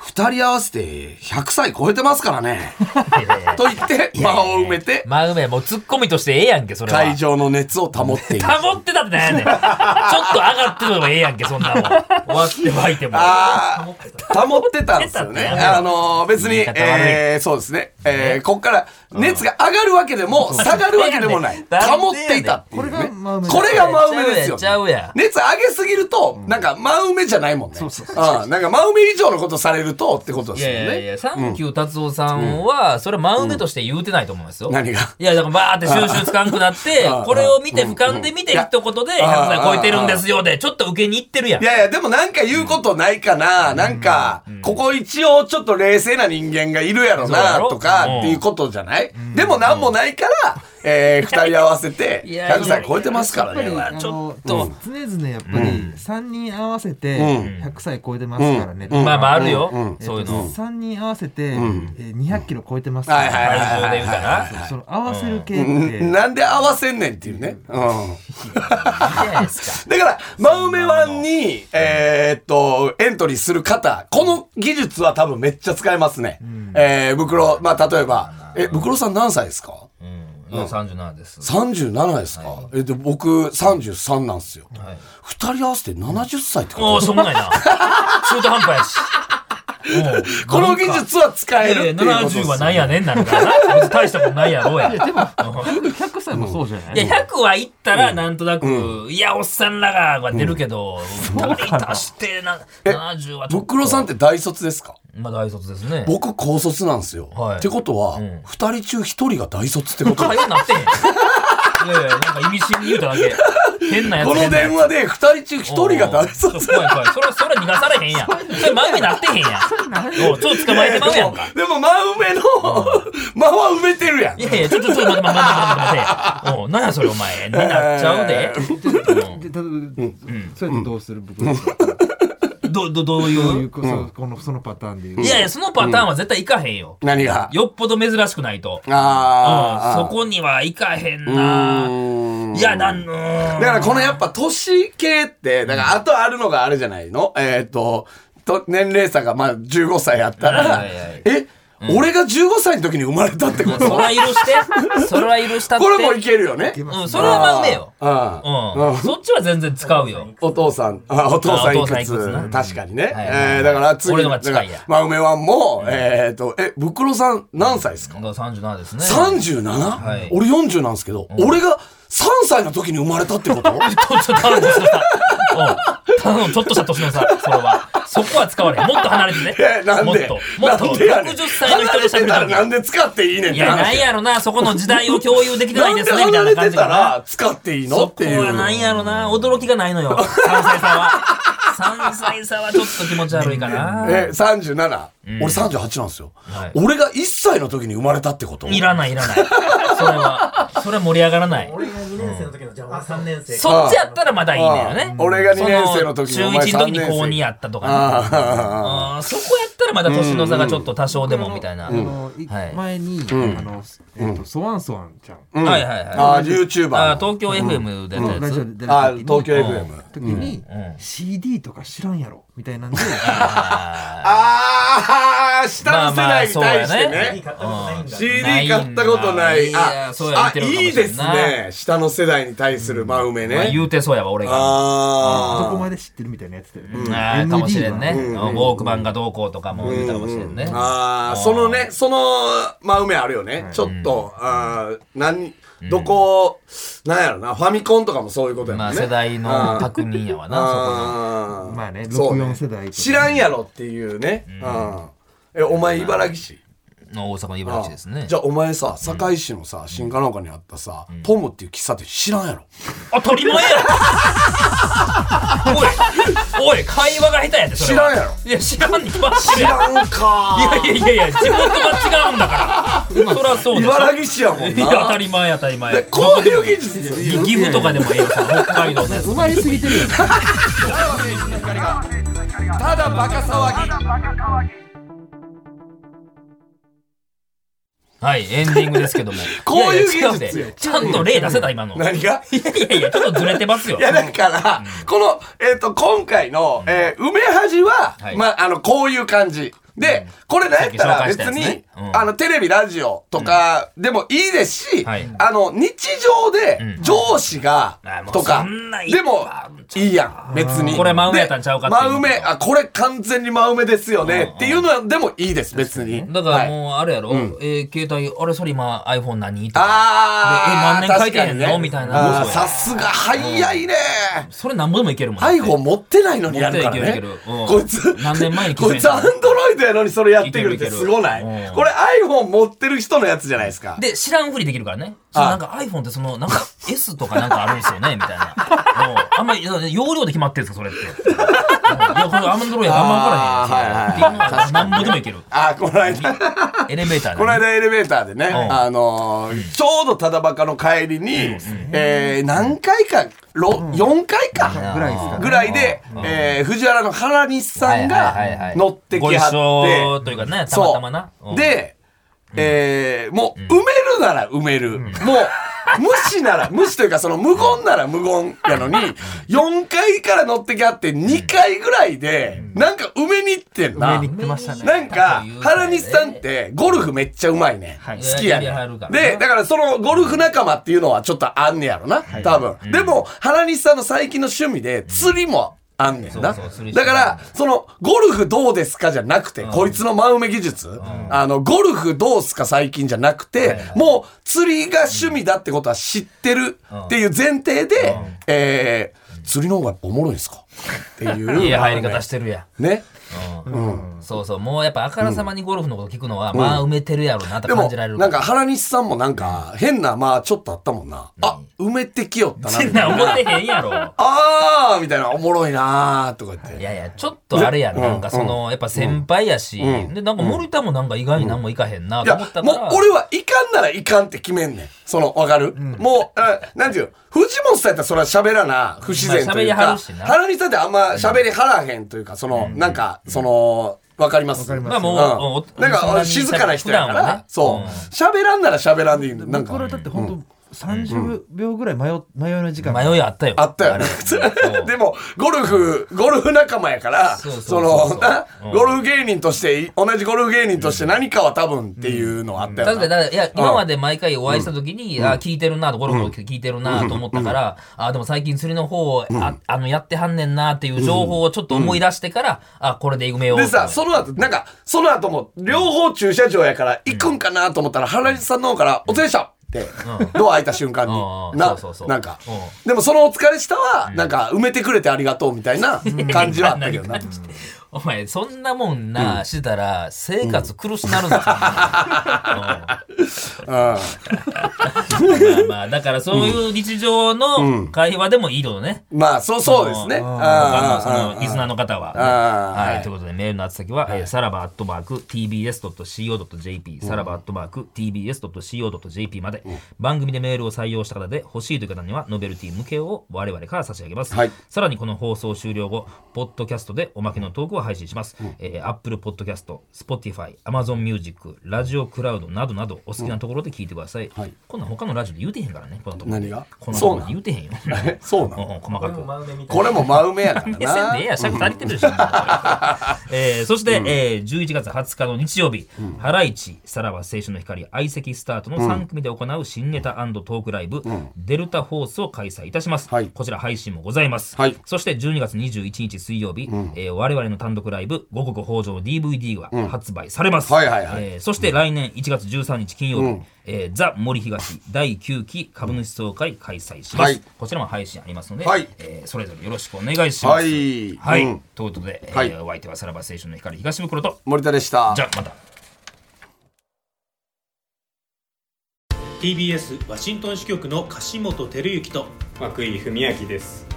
[SPEAKER 3] 二人合わせて100歳超えてますか らね
[SPEAKER 2] いやいや
[SPEAKER 3] と言って間を埋めて
[SPEAKER 2] 真梅、もうツッコミとしてええやんけ、それは。
[SPEAKER 3] 会場の熱を保っている
[SPEAKER 2] 保ってたってなんやねん。ちょっと上がってるのもええやんけ、そんなもん。割って湧いても。
[SPEAKER 3] ああ保ってたんですよね
[SPEAKER 2] 保ってたってやめろ
[SPEAKER 3] あのー別に、
[SPEAKER 2] 言い方悪い
[SPEAKER 3] えーそうですね、えーここから熱が上がるわけでも下がるわけ でもない
[SPEAKER 2] 誰でやねん
[SPEAKER 3] 保っていたっていうね
[SPEAKER 1] これが真梅
[SPEAKER 3] これが真梅ですよ、
[SPEAKER 2] ちゃうやんちゃうやん
[SPEAKER 3] 熱上げすぎると、なんか真梅じゃないもんね。うんなんか真梅以上のことされるとってことで
[SPEAKER 2] い
[SPEAKER 3] すよ
[SPEAKER 2] や
[SPEAKER 3] ね。
[SPEAKER 2] いやいや、サンキュー達夫さんは、それは真梅として言うてないと思いますよ。
[SPEAKER 3] 何が
[SPEAKER 2] いや、だからバーって収集つかんくなって
[SPEAKER 3] ああ、
[SPEAKER 2] これを見て、俯瞰で見て、
[SPEAKER 3] うん
[SPEAKER 2] 一言で、100
[SPEAKER 3] ああ
[SPEAKER 2] 歳超えてるんですよで、ちょっと受けに行ってるやん
[SPEAKER 3] い。やいや、でもなんか言うことないかな、なんか、ここ一応ちょっと冷静な人間がいるやろ
[SPEAKER 2] そうや
[SPEAKER 3] な、
[SPEAKER 2] ろ
[SPEAKER 3] とか、
[SPEAKER 2] うん
[SPEAKER 3] っていうことじゃない、でもなんもないから、えー、2人合わせて
[SPEAKER 2] いやいや
[SPEAKER 3] 100歳超えてますからね
[SPEAKER 1] やっぱり
[SPEAKER 3] ちょっ
[SPEAKER 1] あの常々やっぱり3人合わせて100歳超えてますからね、
[SPEAKER 2] まあまああるよ、
[SPEAKER 3] うんうん
[SPEAKER 2] そういうの。
[SPEAKER 1] 3人合わせて、えー200キロ超えてます
[SPEAKER 3] と
[SPEAKER 1] から、
[SPEAKER 3] はいはいはい
[SPEAKER 2] 感情
[SPEAKER 3] は
[SPEAKER 2] で
[SPEAKER 3] い
[SPEAKER 2] 言うたら。
[SPEAKER 1] その合わせる系って、
[SPEAKER 3] うんなんで合わせんねんっていうね。うん
[SPEAKER 2] いいじゃないですか。
[SPEAKER 3] だから、真梅ワンに、えーっと、エントリーする方、この技術は多分めっちゃ使えますね。えー、袋、まあ、例えば、え、袋さん何歳ですか
[SPEAKER 2] うん、37です。
[SPEAKER 3] ?37 ですか、え、で、僕33なんですよ。
[SPEAKER 2] はい
[SPEAKER 3] 二、人合わせて70歳って
[SPEAKER 2] お
[SPEAKER 3] こ
[SPEAKER 2] お、しょうもないな。中途半端やし。
[SPEAKER 3] とこの技術は使えるっていうことですよ
[SPEAKER 2] 70はなんやねんなんかな。別に大したことないやろうや。いや、
[SPEAKER 1] 100歳もそうじゃない、
[SPEAKER 2] 100はいったら、なんとなく、いや、おっさんらが、は出るけど、二人足してな、70はちょっと。
[SPEAKER 3] 袋さんって大卒ですか
[SPEAKER 2] まあ、大卒ですね。
[SPEAKER 3] 僕高卒なんですよ。
[SPEAKER 2] はい
[SPEAKER 3] ってことは、
[SPEAKER 2] ん
[SPEAKER 3] 二、人中一人が大卒ってこと
[SPEAKER 2] 会話なってへん。いやいや、なんか意味深に言うただけ。変なやつ。
[SPEAKER 3] この電話で二人中一人が大
[SPEAKER 2] そ
[SPEAKER 3] 卒
[SPEAKER 2] う怖い怖い。それ、それ逃がされへんやん。それ、マウになってへんやん。おうちょっと捕まえてまうやんか。
[SPEAKER 3] でも真梅の、間は埋めてるやん
[SPEAKER 2] い。やいや、ちょっと、ちょっと待って、待って、待って、待って。おうなんやそれお前。になっちゃうで。
[SPEAKER 1] で例えばそれとどうする、僕ど
[SPEAKER 2] うんど、ど、どう
[SPEAKER 1] う
[SPEAKER 2] い
[SPEAKER 1] いううこそこのそのパターンで言う
[SPEAKER 2] いやいや、そのパターンは絶対いかへんよ。
[SPEAKER 3] 何が
[SPEAKER 2] よっぽど珍しくないと。
[SPEAKER 3] あ
[SPEAKER 2] う
[SPEAKER 3] あ、
[SPEAKER 2] んそこにはいかへんな。
[SPEAKER 3] うん
[SPEAKER 2] いや、なんの。だ
[SPEAKER 3] だからこのやっぱ年系って、だからあとあるのがあるじゃないのえっ、と、と、年齢差がまあ15歳やったら、
[SPEAKER 2] はいはいはい
[SPEAKER 3] え、俺が15歳の時に生まれたってこと
[SPEAKER 2] そら許して。そら許したって。
[SPEAKER 3] これもいけるよね。
[SPEAKER 2] うん、それはまあうめえよ。
[SPEAKER 3] ああ
[SPEAKER 2] うん。そっちは全然使うよ。
[SPEAKER 3] お父さん、あお父さんいく
[SPEAKER 2] あお父さんい
[SPEAKER 3] つ
[SPEAKER 2] くつな
[SPEAKER 3] 確かにね。
[SPEAKER 2] はいはいはい
[SPEAKER 3] えーだから次、
[SPEAKER 2] 俺のが近いや
[SPEAKER 3] だからまあ梅ワンも、えっと、え、ブクロさん何歳ですか
[SPEAKER 2] 今度は37ですね。
[SPEAKER 3] 37、
[SPEAKER 2] い
[SPEAKER 3] 俺40なんですけど、俺が3歳の時に生まれたってこと
[SPEAKER 2] ちょっと頼む、年の差。うん頼む、ちょっとした年の差、それは。そこは使われへん。もっと離れてね。
[SPEAKER 3] え なん
[SPEAKER 2] もっ
[SPEAKER 3] で
[SPEAKER 2] と。もっと、
[SPEAKER 3] なんでやねん
[SPEAKER 2] 60歳の人と喋る
[SPEAKER 3] 離れてたらな
[SPEAKER 2] と
[SPEAKER 3] んで使っていいねんっ
[SPEAKER 2] き。い
[SPEAKER 3] て
[SPEAKER 2] や、な
[SPEAKER 3] 話
[SPEAKER 2] んやろな、そこの時代を共有できてな
[SPEAKER 3] ないん
[SPEAKER 2] で
[SPEAKER 3] です
[SPEAKER 2] ね、みたい
[SPEAKER 3] 離
[SPEAKER 2] な
[SPEAKER 3] れ
[SPEAKER 2] 感
[SPEAKER 3] て
[SPEAKER 2] じか
[SPEAKER 3] た
[SPEAKER 2] な
[SPEAKER 3] ら。使っていいの
[SPEAKER 2] そ
[SPEAKER 3] っ
[SPEAKER 2] こ
[SPEAKER 3] ていう
[SPEAKER 2] はなんやろな、驚きがないのよ。3歳差は。3歳差はちょっと気持ち悪いかな。
[SPEAKER 3] え37、俺38なんですよ、
[SPEAKER 2] はい
[SPEAKER 3] 俺が1歳の時に生まれたってこと
[SPEAKER 2] いらない、いらない。それは、それは盛り上がらない。
[SPEAKER 4] 俺が2年生の時の、じゃあ俺3年生か。
[SPEAKER 2] そっちやったらまだいいんだよ
[SPEAKER 3] ああ
[SPEAKER 2] ね。
[SPEAKER 3] 俺が二年生の時に
[SPEAKER 2] そ
[SPEAKER 3] お
[SPEAKER 2] 中
[SPEAKER 3] 前
[SPEAKER 2] 1の時に
[SPEAKER 3] 三年生
[SPEAKER 2] 高2やったとかね。
[SPEAKER 3] ああ
[SPEAKER 2] あーそこやったらまだ年の差がちょっと多少でもみたいな。
[SPEAKER 1] あのい
[SPEAKER 2] はい
[SPEAKER 1] 前に、あの、えっとソワンソワンちゃん
[SPEAKER 3] うん
[SPEAKER 2] はいはいはい
[SPEAKER 3] ああ YouTuber
[SPEAKER 2] あー東京 FM でやった
[SPEAKER 1] ラ
[SPEAKER 2] や
[SPEAKER 1] ジオ
[SPEAKER 2] つ。
[SPEAKER 1] で出る
[SPEAKER 3] あ
[SPEAKER 1] 時に
[SPEAKER 3] 東京 FM
[SPEAKER 1] 時に、CD とか知らんやろみたいなんで
[SPEAKER 2] あ
[SPEAKER 3] ああ下の世代に対してね,、
[SPEAKER 2] まあまあそうや
[SPEAKER 4] 何買ったことないんだ。
[SPEAKER 3] CD 買ったことな
[SPEAKER 2] な
[SPEAKER 3] い
[SPEAKER 2] いんだい
[SPEAKER 3] あ
[SPEAKER 2] やそうや
[SPEAKER 3] あ
[SPEAKER 2] 言ってるかも
[SPEAKER 3] いい
[SPEAKER 2] しれ
[SPEAKER 3] で
[SPEAKER 2] ん
[SPEAKER 3] す
[SPEAKER 2] な
[SPEAKER 3] ね下の世代に対する真梅
[SPEAKER 2] ーまあ
[SPEAKER 3] ね、
[SPEAKER 2] 言うてそうやわ俺が。
[SPEAKER 3] あ
[SPEAKER 1] ど
[SPEAKER 3] あ
[SPEAKER 1] こまで知ってるみたいなやつだよね、
[SPEAKER 2] あーかもしれんね。
[SPEAKER 1] MD
[SPEAKER 2] ウ
[SPEAKER 1] は
[SPEAKER 2] ォークマンがどうこうとかも言うたかもしれんね。
[SPEAKER 3] ああ、そのね、その、まあ、梅あるよね。ちょっと、ああ、何、どこ、なんやろな、ファミコンとかもそういうことやも
[SPEAKER 2] ま
[SPEAKER 3] ん
[SPEAKER 2] あ
[SPEAKER 3] ね。
[SPEAKER 2] 世代の確認やわな、
[SPEAKER 3] ああ
[SPEAKER 1] まあね
[SPEAKER 3] そう
[SPEAKER 1] 64世代とかね
[SPEAKER 3] 知らんやろっていうね。うんえ、お前、茨城市
[SPEAKER 2] そこの大阪の茨城市です
[SPEAKER 3] ああ
[SPEAKER 2] ね
[SPEAKER 3] じ。ゃあ、お前さ、堺市のさ、新川岡にあったさ、ポムっていう喫茶店知らんやろ。
[SPEAKER 2] あ、鳥もえ やおい、おい、会話が下手やって、それは
[SPEAKER 3] 知らんや
[SPEAKER 2] いや、知らんに決まってる
[SPEAKER 3] 知
[SPEAKER 2] やん。
[SPEAKER 3] らんか
[SPEAKER 2] いやいやいやいや、地元が違うんだ から。そらそうでしょ
[SPEAKER 3] 茨城市やもん
[SPEAKER 2] いや当た
[SPEAKER 3] な。
[SPEAKER 2] り前当たり前
[SPEAKER 3] でこういう技術ですよ
[SPEAKER 2] ぎ岐阜とかでもええよさ北海道の やつ
[SPEAKER 1] 生まれすぎてるよね
[SPEAKER 3] ただバカ騒ぎ。
[SPEAKER 2] はいエンディングですけども
[SPEAKER 3] こういう
[SPEAKER 2] やや違
[SPEAKER 3] 技術よ
[SPEAKER 2] でちゃんと例出せた今のい
[SPEAKER 3] 何が
[SPEAKER 2] やいやいやちょっとずれてますよ
[SPEAKER 3] いや、だから、この、えっ、と、今回の、えー梅恥は、
[SPEAKER 2] はい
[SPEAKER 3] まあ、あの、こういう感じ。で、これなんやった
[SPEAKER 2] さ
[SPEAKER 3] ら
[SPEAKER 2] っき紹介し
[SPEAKER 3] 別
[SPEAKER 2] たやつね
[SPEAKER 3] に、
[SPEAKER 2] うん
[SPEAKER 3] あの、テレビ、ラジオとかでもいいですし、
[SPEAKER 2] はい
[SPEAKER 3] あの、日常で
[SPEAKER 2] うん
[SPEAKER 3] 上司が
[SPEAKER 2] あ、もう
[SPEAKER 3] とか
[SPEAKER 2] そんない、っぱい
[SPEAKER 3] でも
[SPEAKER 2] あるん、
[SPEAKER 3] いいやん、別に。
[SPEAKER 2] これ真梅やったん
[SPEAKER 3] で
[SPEAKER 2] ちゃうかっていう
[SPEAKER 3] 真梅、あ、これ完全に真梅ですよね、っていうのは、でもいいです、別に。
[SPEAKER 2] だから
[SPEAKER 3] はい
[SPEAKER 2] もうあれやろ、えー携帯あれそれ今 iPhone 何とか
[SPEAKER 3] あー、
[SPEAKER 2] でえ何年書いてんの
[SPEAKER 3] 確かに
[SPEAKER 2] みたいな
[SPEAKER 3] あーさすが、早いね。
[SPEAKER 2] それなんぼでもいけるもん
[SPEAKER 3] iPhone 持ってないのにやるから
[SPEAKER 2] 持っていけ
[SPEAKER 3] ね
[SPEAKER 2] るいけるうん。
[SPEAKER 3] こいつ、
[SPEAKER 2] 何年前に
[SPEAKER 3] こいつアンドロイドやのにそれやってくるってすごない
[SPEAKER 2] いけるいけるうん
[SPEAKER 3] これ iPhone 持ってる人のやつじゃないですか。
[SPEAKER 2] で知らんふりできるからねそう
[SPEAKER 3] あ
[SPEAKER 2] なんか iPhone ってそのなんか S とかなんかあるんですよねみたいなもうあんまり容量で決まってるんですかそれってうんいやこれアンドロイドあんま分からへん
[SPEAKER 3] あーはいはい
[SPEAKER 2] っていうのはなんぼでもいける
[SPEAKER 3] あー、この間。
[SPEAKER 2] エレベーターで
[SPEAKER 3] この間エレベーターでね、
[SPEAKER 2] ん
[SPEAKER 3] あのーちょうどただバカの帰りに、えー何回か、ろ4回か、
[SPEAKER 1] ぐらいですかね
[SPEAKER 3] ぐらいで、えー藤原の原西さ
[SPEAKER 2] はい
[SPEAKER 3] ん
[SPEAKER 2] はいはいは
[SPEAKER 3] が
[SPEAKER 2] い
[SPEAKER 3] 乗ってき
[SPEAKER 2] ご一
[SPEAKER 3] は
[SPEAKER 2] 緒
[SPEAKER 3] っ
[SPEAKER 2] というかね
[SPEAKER 3] て、
[SPEAKER 2] たまたまな
[SPEAKER 3] そう。で、えーもう、埋めるなら埋める。もう、無視なら、無視というか、その無言なら無言やのに、4階から乗ってきはって2回ぐらいで、なんか埋めに行ってんな。
[SPEAKER 1] 上に行ってましたね
[SPEAKER 3] なんか、原西さんってゴルフめっちゃうまいね。
[SPEAKER 1] はい
[SPEAKER 3] 好きやね
[SPEAKER 2] やりはるからな
[SPEAKER 3] で、だからそのゴルフ仲間っていうのはちょっとあんねやろな。多分。でも、原西さんの最近の趣味で釣りもあんねんな。
[SPEAKER 2] そうそう釣りして
[SPEAKER 3] だ
[SPEAKER 2] る
[SPEAKER 3] から、その、ゴルフどうですかじゃなくて、こいつの真埋め技術、あの、ゴルフどうすか最近じゃなくて、もう釣りが趣味だってことは知ってるっていう前提で、えー、釣りの方がやっぱおもろいんすかっていう。
[SPEAKER 2] いい入り方してるやん
[SPEAKER 3] ね。
[SPEAKER 2] そうそう、もうやっぱあからさまにゴルフのこと聞くのは、まあ埋めてるやろなって
[SPEAKER 3] で
[SPEAKER 2] 感
[SPEAKER 3] も、
[SPEAKER 2] じられる。
[SPEAKER 3] なんか原西さんもなんか、変な、まあちょっとあったもんな。あ、埋めてきよったな。み
[SPEAKER 2] 全
[SPEAKER 3] たい
[SPEAKER 2] 然思
[SPEAKER 3] な
[SPEAKER 2] ってへんやろ。
[SPEAKER 3] あーみたいな、おもろいなーとか言っ
[SPEAKER 2] い
[SPEAKER 3] て。
[SPEAKER 2] やいや、ちょっとあれやん、なんかその、やっぱ先輩やし、で、なんか森田もなんか意外になんもいかへんないと
[SPEAKER 3] や、
[SPEAKER 2] 思ったか
[SPEAKER 3] もう
[SPEAKER 2] ら。
[SPEAKER 3] 俺はいかんならいかんって決めんねん。その、わかる、もう、あなんていうの藤本さんやったらそれは喋らな、不自然と
[SPEAKER 2] まあ喋
[SPEAKER 3] いう
[SPEAKER 2] りは
[SPEAKER 3] か
[SPEAKER 2] るし、な
[SPEAKER 3] 原西さんってあんま喋りはらへんというか、その、なんか、その、わかります
[SPEAKER 1] わかります
[SPEAKER 2] まあもうお
[SPEAKER 3] うん、なん
[SPEAKER 2] そんな
[SPEAKER 3] か
[SPEAKER 2] に
[SPEAKER 3] 静かな人やか
[SPEAKER 2] 普段は
[SPEAKER 3] ら
[SPEAKER 2] ね、
[SPEAKER 3] そう
[SPEAKER 2] うん。
[SPEAKER 3] 喋らんなら喋らんでいいなん
[SPEAKER 1] 僕
[SPEAKER 3] か。
[SPEAKER 1] らだって本当30秒ぐらい迷う迷いの時間
[SPEAKER 2] 迷いあったよ。
[SPEAKER 3] あったよね。 でも、ゴルフ、ゴルフ仲間やから、
[SPEAKER 2] そうそう
[SPEAKER 3] そ
[SPEAKER 2] そうそう
[SPEAKER 3] の、な
[SPEAKER 2] うん
[SPEAKER 3] ゴルフ芸人として、同じゴルフ芸人として何かは多分っていうのはあったよ
[SPEAKER 2] 確かに、
[SPEAKER 3] な。
[SPEAKER 2] だからいや、今まで毎回お会いした時に、あ聞いてるなと、ゴルフを聞いてるなと思ったから、あでも最近釣りの方を、ああの、やってはんねんなっていう情報をちょっと思い出してから、あ、これで埋めよう
[SPEAKER 3] で
[SPEAKER 2] と思っ
[SPEAKER 3] さ、
[SPEAKER 2] て。
[SPEAKER 3] その後、なんか、その後も、両方駐車場やから、行くんかなと思ったら、原西さんの方から、お疲れでしたって、ドア開いた瞬間
[SPEAKER 2] うんう
[SPEAKER 3] に、
[SPEAKER 2] ん
[SPEAKER 3] な
[SPEAKER 2] そうそうそ、う
[SPEAKER 3] なんか
[SPEAKER 2] う、
[SPEAKER 3] でもそのお疲れしたは、なんか、埋めてくれてありがとうみたいな感じはあったけどな。
[SPEAKER 2] お前、そんなもんな、してたら、生活苦しなるんだから。うん まあまあ、だからそういう日常の会話でもいいのね。
[SPEAKER 3] まあ、そう、そうですね。うん
[SPEAKER 2] あの、その、リスナーの方は。
[SPEAKER 3] あー
[SPEAKER 2] は
[SPEAKER 3] はい
[SPEAKER 2] い。ということで、メールの宛先は、えーさらばアットマーク tbs.co.jp、さらばアットマーク tbs.co.jp まで、番組でメールを採用した方で、欲しいという方には、ノベルティ向けを我々から差し上げます。
[SPEAKER 3] はい
[SPEAKER 2] さらに、この放送終了後、ポッドキャストでおまけのトークを配信します。えー Apple Podcast、Spotify、Amazon Music、ラジオクラウドなどなど、お好きなところで聞いてください。
[SPEAKER 3] はい
[SPEAKER 2] こんなん他のラジオで言うてへんからね、こんなところで。
[SPEAKER 3] 何が
[SPEAKER 2] こんなと
[SPEAKER 3] そ
[SPEAKER 2] こ
[SPEAKER 3] う
[SPEAKER 2] ろ
[SPEAKER 3] な
[SPEAKER 2] で
[SPEAKER 3] ん
[SPEAKER 2] 言うてへんよ。
[SPEAKER 3] え そう な
[SPEAKER 2] うん
[SPEAKER 3] の
[SPEAKER 2] うん細かく。
[SPEAKER 3] これも真埋めやか
[SPEAKER 2] 目線
[SPEAKER 3] ら
[SPEAKER 2] でええ
[SPEAKER 3] な。
[SPEAKER 2] やん、尺足りてる でしょ。えーそして、えー11月20日の日曜日、ハライチ、さらば青春の光、相席スタートの3組で行う新ネタトークライブ、デルタフォースを開催いたします。
[SPEAKER 3] はい
[SPEAKER 2] こちら配信もございます。
[SPEAKER 3] はい
[SPEAKER 2] そして12月21日水曜日、えー我々の単独ライブ、五穀豊穣の DVD が発売されます。
[SPEAKER 3] はいはいはい
[SPEAKER 2] えーそして来年1月13日金曜日、えーザ・森東第9期株主総会開催します。
[SPEAKER 3] はい
[SPEAKER 2] こちらも配信ありますので、
[SPEAKER 3] はい
[SPEAKER 2] えーそれぞれよろしくお願いします。
[SPEAKER 3] はい
[SPEAKER 2] はい。
[SPEAKER 3] うん
[SPEAKER 2] ということで、えー
[SPEAKER 3] はい
[SPEAKER 2] お相手はさらば青春の光東袋と、
[SPEAKER 3] 森田でした
[SPEAKER 2] じ。ゃあまた。
[SPEAKER 5] TBS ワシントン支局の樫本照之と
[SPEAKER 6] 涌井文明です